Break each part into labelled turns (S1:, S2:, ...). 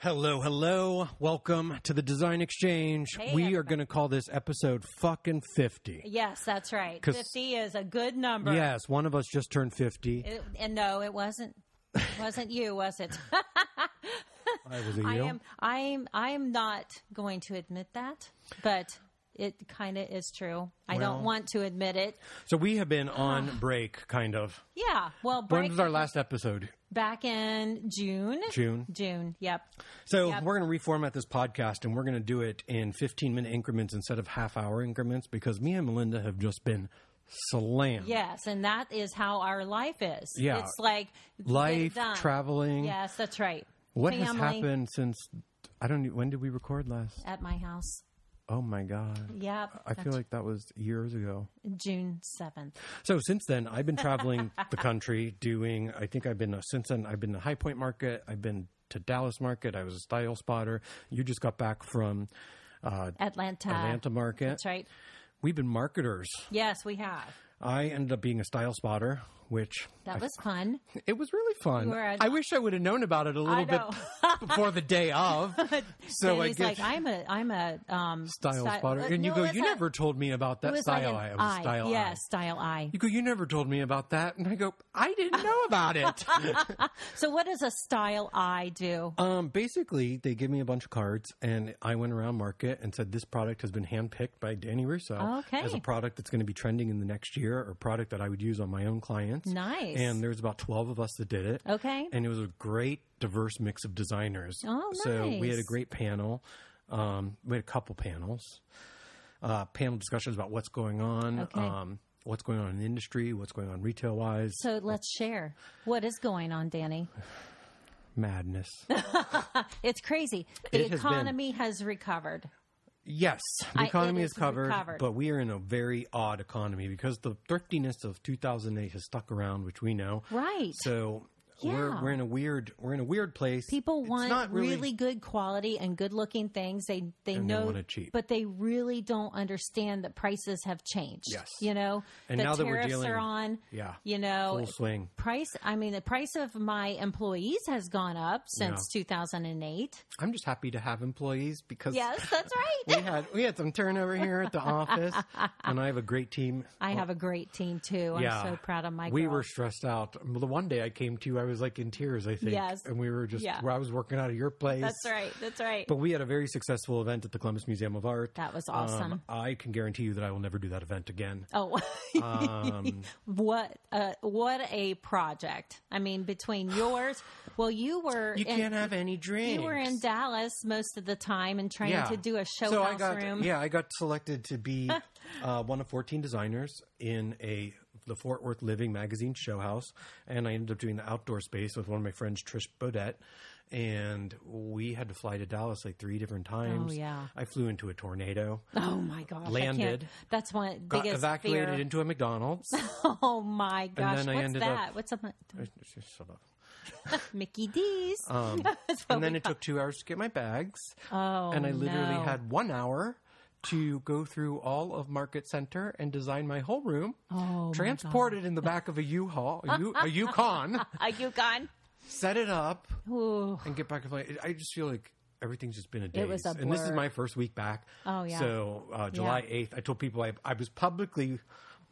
S1: Hello, hello. Welcome to the Design Exchange.
S2: Hey,
S1: we are
S2: everybody.
S1: going to call this episode fucking 50.
S2: Yes, that's right.
S1: 'Cause-
S2: 50 is a good number.
S1: Yes, one of us just turned 50.
S2: It- and no, it wasn't wasn't you, was it?
S1: I was a
S2: I
S1: you.
S2: am I am I am not going to admit that, but it kind of is true. I
S1: Well-
S2: don't want to admit it.
S1: So we have been on break, kind of.
S2: Yeah. Well,
S1: When
S2: break-
S1: was our last episode?
S2: back in June.
S1: June.
S2: June. Yep.
S1: So
S2: Yep.
S1: we're going to reformat this podcast and we're going to do it in 15 minute increments instead of half hour increments because me and Melinda have just been slammed.
S2: Yes, and that is how our life is.
S1: Yeah.
S2: It's like get it
S1: Life,
S2: done.
S1: traveling.
S2: Yes, that's right.
S1: What
S2: Family
S1: has happened since I don't know- when did we record last?
S2: at my house?
S1: Oh my god.
S2: Yep.
S1: I feel like that was years ago.
S2: June seventh.
S1: So since then, I've been traveling the country doing. I think I've been since then. I've been to High Point Market. I've been to Dallas Market. I was a style spotter. You just got back from uh,
S2: Atlanta.
S1: Atlanta Market.
S2: That's right.
S1: We've been marketers.
S2: Yes, we have.
S1: I ended up being a style spotter, which
S2: That was fun.
S1: it was really fun.
S2: You were an-
S1: I wish I would have known about it a little bit before the day of. So
S2: and
S1: I
S2: he's
S1: get
S2: like, I'm a, I'm a um,
S1: style
S2: sty-
S1: spotter,
S2: uh,
S1: and you
S2: no,
S1: go,
S2: it's
S1: you
S2: not-
S1: never told me about
S2: it
S1: that
S2: was like
S1: style.
S2: an
S1: I was a style.
S2: Yeah,
S1: eye.
S2: style eye.
S1: You go, you never told me about that, and I go, I didn't know about it.
S2: So what does a style eye do?
S1: Um, basically, they give me a bunch of cards, and I went around market and said this product has been handpicked by Danny Russo
S2: Okay.
S1: as a product that's going to be trending in the next year, or product that I would use on my own clients.
S2: Nice.
S1: And there was about twelve of us that did it.
S2: Okay.
S1: And it was a great, diverse mix of designers.
S2: Oh,
S1: So we had a
S2: nice.
S1: great panel. Um, we had a couple panels, uh, panel discussions about what's going on.
S2: Okay.
S1: Um, What's going on in the industry? What's going on retail wise?
S2: so let's share. What is going on, Danny?
S1: Madness.
S2: It's crazy. The
S1: It has been-
S2: economy has recovered.
S1: Yes, the
S2: I-
S1: economy
S2: it
S1: is
S2: is
S1: covered,
S2: recovered.
S1: but we are in a very odd economy because the thriftiness of 2008 has stuck around, which we know.
S2: Right.
S1: So we're
S2: Yeah.
S1: we're in a weird we're in a weird place.
S2: People
S1: It's
S2: want
S1: not
S2: really, good quality and good looking things. They they
S1: And they
S2: know,
S1: want it cheap.
S2: but they really don't understand that prices have changed.
S1: Yes.
S2: you know,
S1: And
S2: the
S1: now that we're
S2: tariffs
S1: dealing-
S2: are on.
S1: Yeah.
S2: you know,
S1: full swing.
S2: price. I mean, the price of my employees has gone up since 2008.
S1: I'm just happy to have employees because
S2: Yes, that's
S1: we
S2: right.
S1: had we had some turnover here at the office, and I have a great team.
S2: I have a great team too.
S1: uh, Yeah.
S2: I'm so proud of my.
S1: We
S2: girls.
S1: were stressed out. The one day I came to, you, I was like in tears. I think.
S2: Yes.
S1: And we were just
S2: Yeah.
S1: where I was working out of your place.
S2: That's right. That's right.
S1: But we had a very successful event at the Columbus Museum of Art.
S2: That was awesome.
S1: Um, I can guarantee you that I will never do that event again.
S2: Oh,
S1: um,
S2: what uh, what a project! I mean, between yours, well, you were
S1: You
S2: in-
S1: can't have any drinks.
S2: you were in Dallas most of the time and trying to do a show
S1: so
S2: house
S1: I got, e-
S2: room.
S1: Yeah, I got selected to be uh, one of 14 designers in a the Fort Worth Living magazine show house, and I ended up doing the outdoor space with one of my friends, Trish Bodette. And we had to fly to Dallas like three different times.
S2: Oh, yeah.
S1: I flew into a tornado,
S2: Oh my gosh! I can't-
S1: Landed.
S2: That's one
S1: got
S2: biggest
S1: evacuated
S2: fear.
S1: into a McDonald's.
S2: Oh my gosh!
S1: then I
S2: What's
S1: ended up-
S2: that? What's up?
S1: Shut up.
S2: Mickey D's.
S1: Um,
S2: That's what
S1: and then
S2: we
S1: it took two hours to get my bags.
S2: Oh,
S1: and I literally
S2: no.
S1: had one hour to go through all of Market Center and design my whole room,
S2: Oh, my
S1: transported in the back of a U-Haul, a, U- a Yukon,
S2: Are you gone?
S1: set it up,
S2: Ooh.
S1: and get back to flight. I just feel like everything's just been a day.
S2: was a
S1: And this is
S2: blur.
S1: my first week back.
S2: Oh, yeah.
S1: So uh, July
S2: Yeah.
S1: eighth, I told people I, I was publicly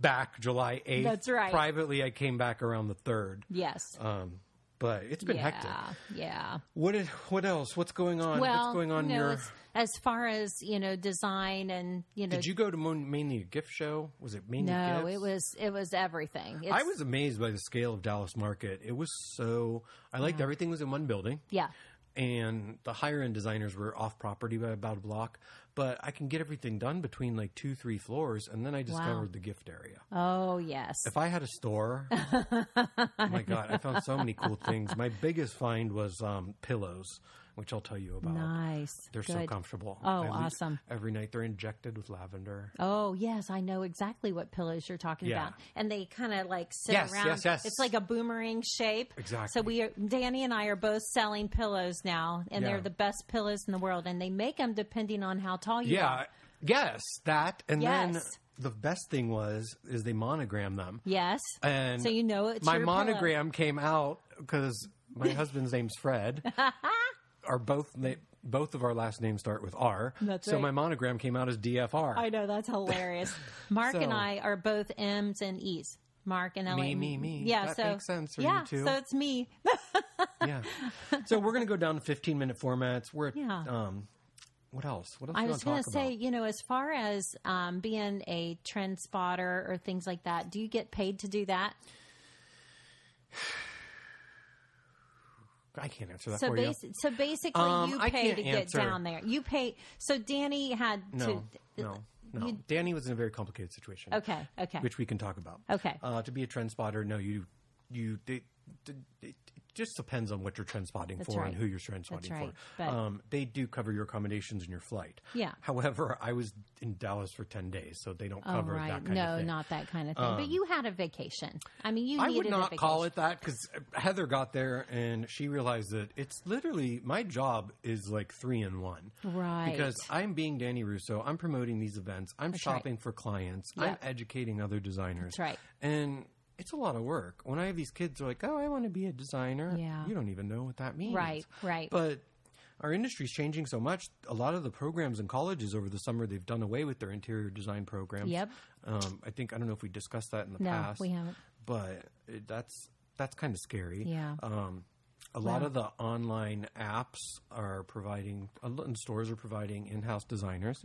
S1: back July eighth.
S2: That's right.
S1: Privately, I came back around the third.
S2: Yes.
S1: Um, but it's been hectic.
S2: yeah. Yeah.
S1: What is, what else? What's going on?
S2: Well,
S1: What's going on
S2: you
S1: in
S2: know,
S1: your
S2: as, as far as you know, design and you know,
S1: Did you go to mon- mainly a gift show? Was it mainly
S2: no,
S1: gifts?
S2: it was it was everything. It's,
S1: I was amazed by the scale of Dallas Market. It was so. I liked everything was in one building,
S2: yeah.
S1: and the higher end designers were off property by about a block. But I can get everything done between like two, three floors, and then I discovered the gift area.
S2: Oh yes.
S1: If I had a store, oh my god, I found so many cool things. My biggest find was um, pillows, which I'll tell you about.
S2: Nice.
S1: They're so
S2: Good.
S1: comfortable.
S2: Oh,
S1: I leave-
S2: awesome.
S1: Every night they're injected with lavender.
S2: Oh yes, I know exactly what pillows you're talking
S1: Yeah.
S2: about, and they kind of like sit
S1: Yes,
S2: around.
S1: yes, yes.
S2: It's like a boomerang shape.
S1: Exactly.
S2: So we, are, Danny and I, are both selling pillows now, and
S1: Yeah.
S2: they're the best pillows in the world. And they make them depending on how tall you
S1: Yeah.
S2: are.
S1: Yes, that. And then
S2: Yes.
S1: the best thing was is they monogram them.
S2: Yes.
S1: And
S2: So you know it's
S1: my
S2: your pillow.
S1: monogram came out because my husband's name's Fred. are both na- both of our last names start with R.
S2: That's
S1: so
S2: right.
S1: my monogram came out as DFR.
S2: I know that's hilarious. Mark and
S1: So-
S2: I are both M's and E's. Mark and Ellen.
S1: me, me.
S2: Yeah,
S1: That
S2: so
S1: makes sense for you
S2: yeah,
S1: two.
S2: so it's me.
S1: yeah. So we're going to go down to 15 minute formats. We're at,
S2: Yeah.
S1: um, what else? What else?
S2: I
S1: do you want
S2: was going
S1: to
S2: to
S1: talk
S2: say,
S1: about?
S2: you know, as far as um, being a trend spotter or things like that, do you get paid to do that?
S1: I can't answer that
S2: So,
S1: for
S2: basi-
S1: you.
S2: so basically,
S1: Um,
S2: you
S1: I
S2: pay
S1: can't
S2: to
S1: answer.
S2: get down there. You pay. So Danny had
S1: No,
S2: to.
S1: no, no. Danny was in a very complicated situation.
S2: Okay. Okay.
S1: Which we can talk about.
S2: Okay.
S1: Uh, to be a trend spotter, no, you, you, they, they, it just depends on what you're trend spotting for
S2: right.
S1: and who you're trend spotting
S2: right,
S1: for.
S2: but-
S1: um, they do cover your accommodations and your flight.
S2: Yeah.
S1: However, I was in Dallas for 10 days, so they don't
S2: Oh,
S1: cover
S2: right.
S1: that kind
S2: no,
S1: of thing. Um,
S2: not that kind of thing. but you had a vacation. I mean, you
S1: I
S2: needed
S1: would
S2: a
S1: not
S2: vacation.
S1: call it that because Heather got there and she realized that it's literally my job is like three in one.
S2: Right.
S1: Because I'm being Danny Russo, I'm promoting these events, I'm
S2: right.
S1: shopping for clients, I'm
S2: Yeah.
S1: educating other designers.
S2: That's right.
S1: And it's a lot of work. When I have these kids, they're like, oh, I want to be a designer.
S2: Yeah.
S1: You don't even know what that means.
S2: Right, right.
S1: But our industry's changing so much. A lot of the programs in colleges over the summer, they've done away with their interior design programs.
S2: Yep.
S1: Um, I think, I don't know if we discussed that in the
S2: No,
S1: past.
S2: we haven't.
S1: But it- that's that's kind of scary.
S2: Yeah.
S1: Um, a lot of the online apps are providing, a lot- and stores are providing in house designers.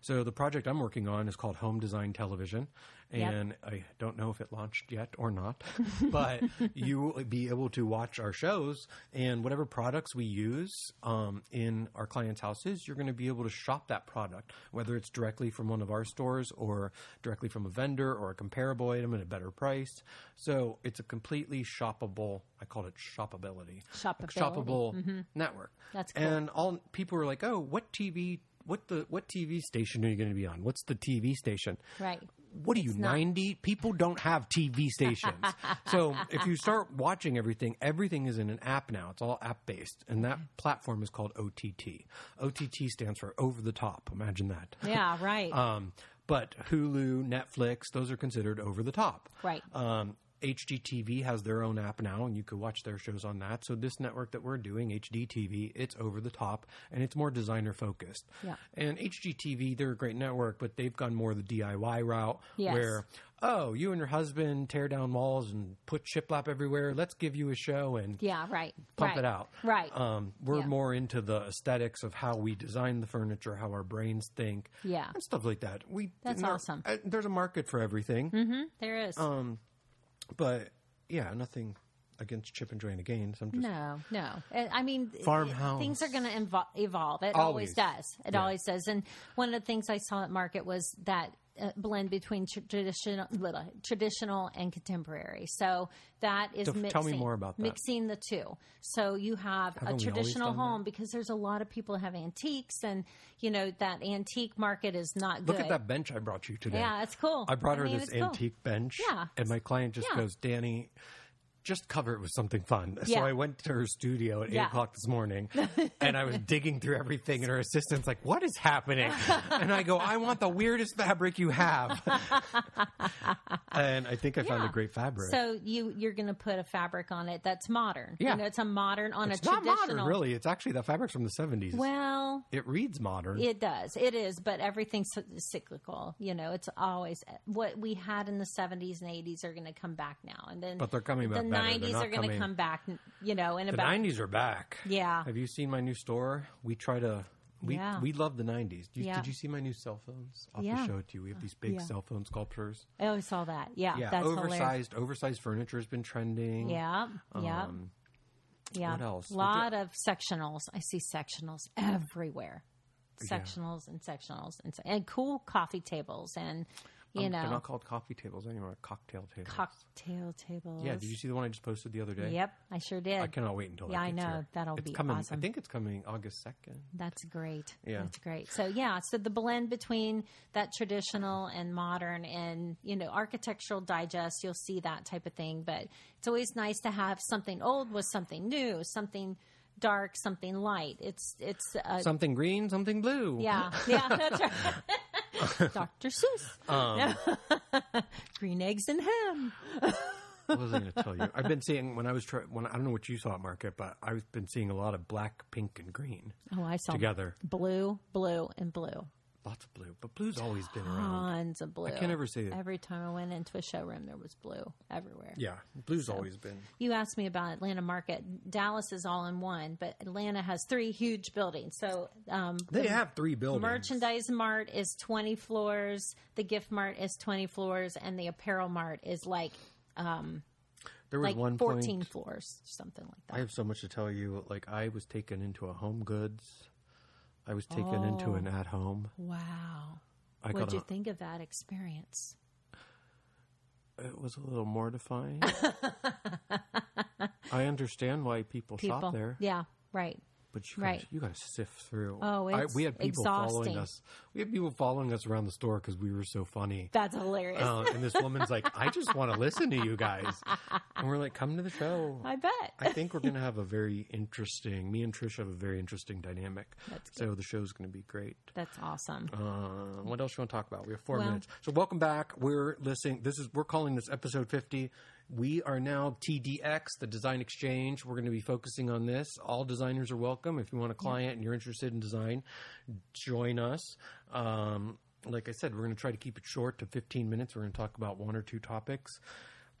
S1: So the project I'm working on is called Home Design Television.
S2: Yep.
S1: And I don't know if it launched yet or not, but you will be able to watch our shows and whatever products we use um, in our clients' houses, you're going to be able to shop that product, whether it's directly from one of our stores or directly from a vendor or a comparable item at a better price. So it's a completely shoppable, I call it shoppability
S2: Shoppability. Mm-hmm.
S1: shoppable network.
S2: That's cool.
S1: And all people were like, "Oh, what TV? What the what TV station are you going to be on? What's the TV station?"
S2: Right.
S1: What are you, 90? People don't have TV stations. so if you start watching everything, everything is in an app now. It's all app based. And that platform is called OTT. OTT stands for over the top. Imagine that.
S2: Yeah. Right.
S1: Um, but Hulu, Netflix, those are considered over the top.
S2: Right.
S1: Um, HGTV has their own app now, and you could watch their shows on that. So this network that we're doing, HDTV, it's over the top and it's more designer focused.
S2: Yeah.
S1: And HGTV, they're a great network, but they've gone more the DIY route,
S2: Yes.
S1: where oh, you and your husband tear down walls and put shiplap everywhere. Let's give you a show and
S2: yeah. Right.
S1: pump
S2: right.
S1: it out.
S2: Right.
S1: Um, we're
S2: Yeah.
S1: more into the aesthetics of how we design the furniture, how our brains think,
S2: Yeah.
S1: and stuff like that. We
S2: That's
S1: and our-
S2: awesome. Mm-hmm.
S1: uh, there's a market for everything,
S2: there is.
S1: um, but yeah, nothing against Chip and Joanna Gaines. I'm just
S2: No, no. Uh, I I mean, it-
S1: Farmhouse.
S2: things are going to invo- evolve. It
S1: Always.
S2: always, does. It
S1: Yeah.
S2: always does. And one of the things I saw at market was that uh, blend between tr- traditional, blah, traditional and contemporary. So that is
S1: Tell me
S2: mixing,
S1: more about that.
S2: mixing the two. So you have
S1: we
S2: a
S1: always
S2: traditional
S1: done that?
S2: home because there's a lot of people that have antiques, and you know that antique market is not
S1: look
S2: good.
S1: at that bench I brought you today.
S2: Yeah, it's cool.
S1: I brought her
S2: mean,
S1: this
S2: it's cool.
S1: antique bench,
S2: Yeah.
S1: and my client just
S2: Yeah.
S1: goes, Danny. Just cover it with something fun.
S2: Yeah.
S1: So I went to her studio at eight
S2: Yeah.
S1: o'clock this morning, and I was digging through everything. And her assistant's like, "What is happening?" And I go, "I want the weirdest fabric you have." and I think I found a
S2: Yeah.
S1: great fabric.
S2: So you you're going to put a fabric on it that's modern.
S1: Yeah.
S2: you know, it's a modern on
S1: it's
S2: a
S1: not
S2: traditional.
S1: modern, really. It's actually the fabric's from the seventies.
S2: Well,
S1: it reads modern.
S2: it does. It is, but everything's cy- cyclical. You know, it's always what we had in the 70s and 80s are going to come back now. And then
S1: But they're coming
S2: the
S1: back better. They're
S2: 90s
S1: not
S2: are going
S1: coming-
S2: to come back, you know, in
S1: the
S2: about
S1: nineties are back.
S2: Yeah.
S1: Have you seen my new store? We try to. We,
S2: Yeah.
S1: we love the 90s. Did,
S2: Yeah.
S1: did you see my new cell phones? I'll have
S2: Yeah.
S1: to show it to you. We have these big
S2: Yeah.
S1: cell phone sculptures.
S2: Oh, I saw that. Yeah,
S1: Yeah,
S2: that's hilarious.
S1: oversized oversized furniture has been trending.
S2: Yeah. Yeah.
S1: Um,
S2: yeah.
S1: what else?
S2: A
S1: Would
S2: lot of sectionals. I see sectionals everywhere.
S1: Yeah.
S2: Sectionals and sectionals and, se- and cool coffee tables and you
S1: Um, They're
S2: know
S1: not called coffee tables anymore. Cocktail tables.
S2: cocktail tables.
S1: yeah. Did you see the one I just posted the other day?
S2: Yep, I sure did.
S1: I cannot wait until.
S2: Yeah,
S1: that
S2: I
S1: gets
S2: know.
S1: here.
S2: That'll
S1: It's
S2: be
S1: coming, I
S2: awesome.
S1: think it's coming August second.
S2: That's great.
S1: Yeah.
S2: That's great. So yeah, so the blend between that traditional and modern and, you know, architectural digest, you'll see that type of thing, but it's always nice to have something old with something new, something dark, something light. It's it's uh,
S1: Something green, something blue.
S2: yeah. Yeah, that's right.
S1: Um,
S2: Dr. Seuss. Green eggs and ham.
S1: What was I going to tell you? I've been seeing when I was try- when I don't know what you saw at market, but I've been seeing a lot of black, pink, and green
S2: Oh, I saw
S1: together. Mm.
S2: blue, blue, and blue.
S1: Lots of blue, but blue's always been around.
S2: Tons of blue. I
S1: can't ever say that-
S2: Every time I went into a showroom, there was blue everywhere.
S1: Yeah, blue's always been.
S2: You asked me about Atlanta Market. Dallas is all in one, but Atlanta has three huge buildings. So um,
S1: They have three buildings.
S2: merchandise mart is 20 floors, the gift mart is 20 floors, and the apparel mart is like
S1: there was
S2: like
S1: one
S2: 14
S1: point.
S2: floors, something like that.
S1: I have so much to tell you. Like I was taken into a Home Goods. I was taken into an At Home.
S2: wow.
S1: I
S2: Oh. What'd
S1: got
S2: you
S1: a,
S2: think of that experience?
S1: It was a little mortifying. I understand why people, shop there,
S2: Yeah, right.
S1: but you
S2: right.
S1: gotta, you got to sift through.
S2: Oh,
S1: I-
S2: it's
S1: we had people
S2: exhausting.
S1: following us. We had people following us around the store because we were so funny.
S2: That's hilarious.
S1: Uh, and this woman's like, "I just want to listen to you guys," and we're like, "Come to the show."
S2: I bet.
S1: I think we're going to have a very interesting. Me and Trish have a very interesting dynamic.
S2: That's
S1: so the show's going to be great.
S2: That's awesome.
S1: Uh, what else you want to talk about? We have four
S2: Well-
S1: minutes. So welcome back. We're listening. This is we're calling this episode fifty. We are now TDX, the Design Exchange. We're going to be focusing on this. All designers are welcome. If you want a client and you're interested in design, join us. Um, like I said, we're going to try to keep it short to 15 minutes. We're going to talk about one or two topics.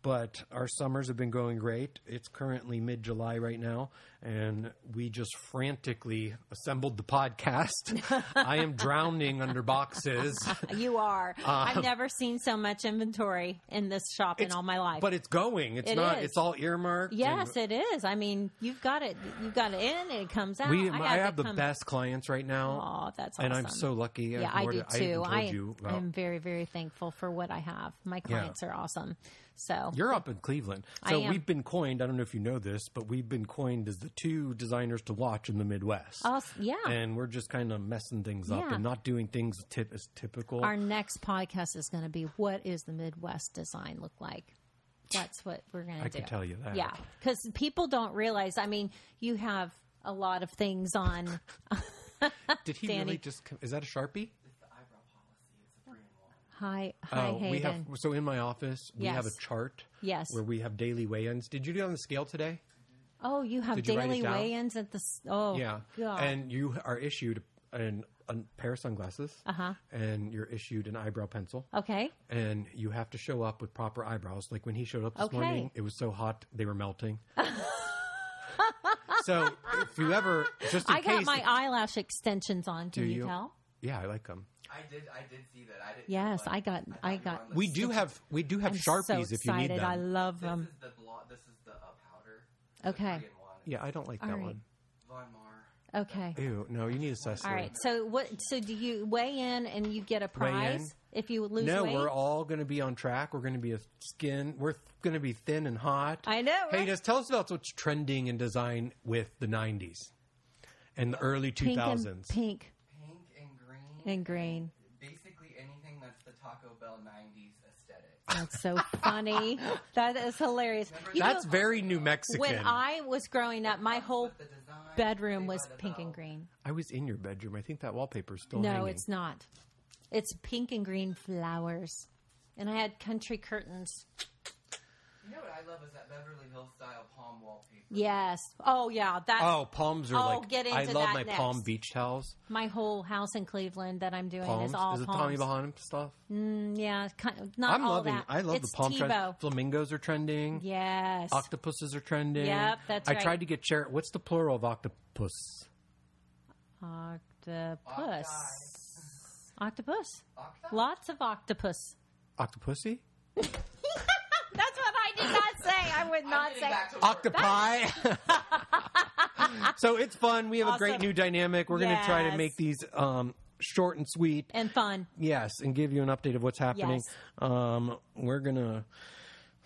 S1: But our summers have been going great. It's currently mid July right now, and we just frantically assembled the podcast. I am drowning under boxes,
S2: You are.
S1: uh,
S2: I've never seen so much inventory in this shop in all my life.
S1: but it's going. It's
S2: It
S1: not.
S2: is.
S1: It's all earmarked. and-
S2: yes, it is. I mean, you've got it. You've got it in. It comes out.
S1: we.
S2: I,
S1: I,
S2: got
S1: have
S2: to
S1: the
S2: come-
S1: best clients right now,
S2: Oh, that's awesome.
S1: and I'm so lucky. I've
S2: Yeah, I
S1: more
S2: do
S1: to- haven't
S2: too.
S1: told
S2: I,
S1: you about-
S2: I'm very, very thankful for what I have. My clients are awesome. So
S1: You're up in Cleveland.
S2: I
S1: So
S2: am.
S1: we've been coined, I don't know if you know this, but we've been coined as the two designers to watch in the Midwest.
S2: Us- yeah.
S1: And we're just kind of messing things up
S2: Yeah.
S1: and not doing things tip- as typical.
S2: our next podcast is going to be what is the Midwest design look like? That's what we're going to do.
S1: I can tell you that.
S2: Yeah, because people don't realize. I mean, you have a lot of things on.
S1: Did he
S2: Danny.
S1: really just, com- is that a Sharpie?
S2: Hi, hi, Hayden.
S1: Oh, we have, so in my office, we have a
S2: Yes.
S1: chart.
S2: Yes.
S1: Where we have daily weigh-ins. Did you do it on the scale today?
S2: oh, you have
S1: you write
S2: daily
S1: it down?
S2: weigh-ins at the. s- Oh,
S1: Yeah.
S2: God.
S1: And you are issued an, a pair of sunglasses.
S2: Uh-huh.
S1: And you're issued an eyebrow pencil.
S2: okay.
S1: and you have to show up with proper eyebrows. Like when he showed up this
S2: Okay.
S1: morning, it was so hot they were melting. so if you ever just in
S2: I got
S1: case,
S2: my eyelash extensions on. Can
S1: Do
S2: you,
S1: you?
S2: tell?
S1: yeah, I like them.
S3: I did. I did see that. I did.
S2: Yes, I got. I got.
S3: on the
S1: We do have we do have
S2: I'm
S1: sharpies
S2: so
S1: if you need
S2: excited.
S1: them.
S2: I love
S3: This
S2: them.
S3: is the blo- This is the uh, powder.
S2: Okay.
S3: Three in one.
S1: yeah, I don't like
S2: All
S1: that
S2: right.
S1: one.
S3: Von Mar.
S2: Okay.
S1: Ew, no, you need a Cecily.
S2: All right. So what? So do you weigh in and you get a
S1: Weigh in?
S2: prize if you lose
S1: No,
S2: weight?
S1: we're all going to be on track. We're going to be a skin. We're going to be thin and hot.
S2: I know,
S1: Hey,
S2: right?
S1: just tell us about what's trending in design with the '90s and the early
S2: pink
S1: 2000s.
S2: and pink
S3: Pink and green.
S2: and green.
S3: Basically anything that's the Taco Bell '90s aesthetic.
S2: That's so funny. that is hilarious. You
S1: That's
S2: know,
S1: very New Mexican.
S2: when I was growing up, my whole
S3: The design.
S2: bedroom
S3: Saved
S2: was
S3: by the
S2: pink and
S3: Bell.
S2: green.
S1: I was in your bedroom. I think that wallpaper's still
S2: No,
S1: hanging.
S2: it's not. It's pink and green flowers. And I had country curtains.
S3: You know what I love is that Beverly Hills style palm wallpaper.
S2: Yes. Oh yeah, that's
S1: Oh, palms are
S2: I'll
S1: like.
S2: get
S1: I
S2: into
S1: love
S2: that
S1: my
S2: next.
S1: palm beach towels.
S2: my whole house in Cleveland that I'm doing
S1: Palms.
S2: is all
S1: Is it Tommy
S2: palms.
S1: Baham stuff?
S2: Yeah, kind of, not
S1: I'm
S2: all
S1: loving.
S2: that.
S1: I love
S2: it's
S1: the palm trend.
S2: Tebow.
S1: Flamingos are trending.
S2: Yes.
S1: Octopuses are trending.
S2: Yep, that's
S1: I
S2: right.
S1: tried to get Cher. What's the plural of octopus?
S2: Octopus. Octopus.
S3: Octa?
S2: Lots of octopus.
S1: Octopussy?
S2: That's what I did not say. I would
S3: I'm
S2: not
S3: getting
S2: say.
S3: back to work.
S1: Octopi. so it's fun. We have a great
S2: Awesome.
S1: new dynamic. We're going to try to
S2: Yes.
S1: make these um, short and sweet.
S2: And fun.
S1: Yes, and give you an update of what's happening.
S2: Yes.
S1: Um, we're gonna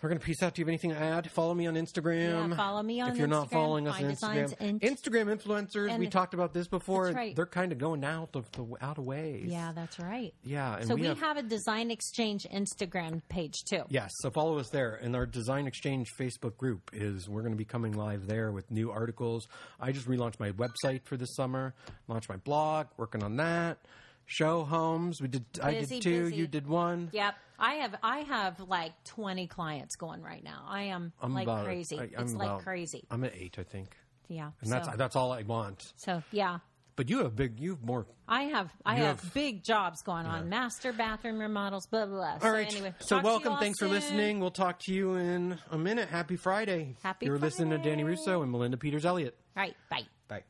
S1: we're gonna peace out. Do you have anything to add? Follow me on Instagram.
S2: Yeah, follow me on
S1: If you're not
S2: Instagram,
S1: following us
S2: Fine
S1: on
S2: Designs
S1: Instagram,
S2: Inc.
S1: Instagram influencers. we
S2: And-
S1: talked about this before.
S2: That's right.
S1: They're kind of going out of the out of ways.
S2: Yeah, that's right.
S1: Yeah, and
S2: so
S1: we
S2: we,
S1: have-
S2: have, a design exchange Instagram page too.
S1: Yes, so follow us there. And our Design Exchange Facebook group is we're going to be coming live there with new articles. I just relaunched my website for this summer, launched my blog, working on that. show homes. We did. I
S2: Busy,
S1: did two.
S2: busy.
S1: You did one.
S2: Yep. I have I have like 20 clients going right now. I am
S1: I'm
S2: like
S1: about-
S2: crazy.
S1: I- I'm
S2: it's
S1: about-
S2: like crazy.
S1: I'm at eight, I think,
S2: Yeah.
S1: and that's
S2: so,
S1: that's all I want.
S2: so yeah.
S1: But you have big. You've more.
S2: I have I
S1: You
S2: have,
S1: have-
S2: big jobs going on. Master bathroom remodels, blah blah. blah.
S1: All right. so
S2: anyway, talk to you
S1: welcome.
S2: all
S1: Thanks for
S2: soon.
S1: listening. We'll talk to you in a minute. Happy Friday.
S2: Happy
S1: You're listening to Danny
S2: Friday.
S1: Russo and Melinda Peters Elliott.
S2: All right, bye.
S1: Bye.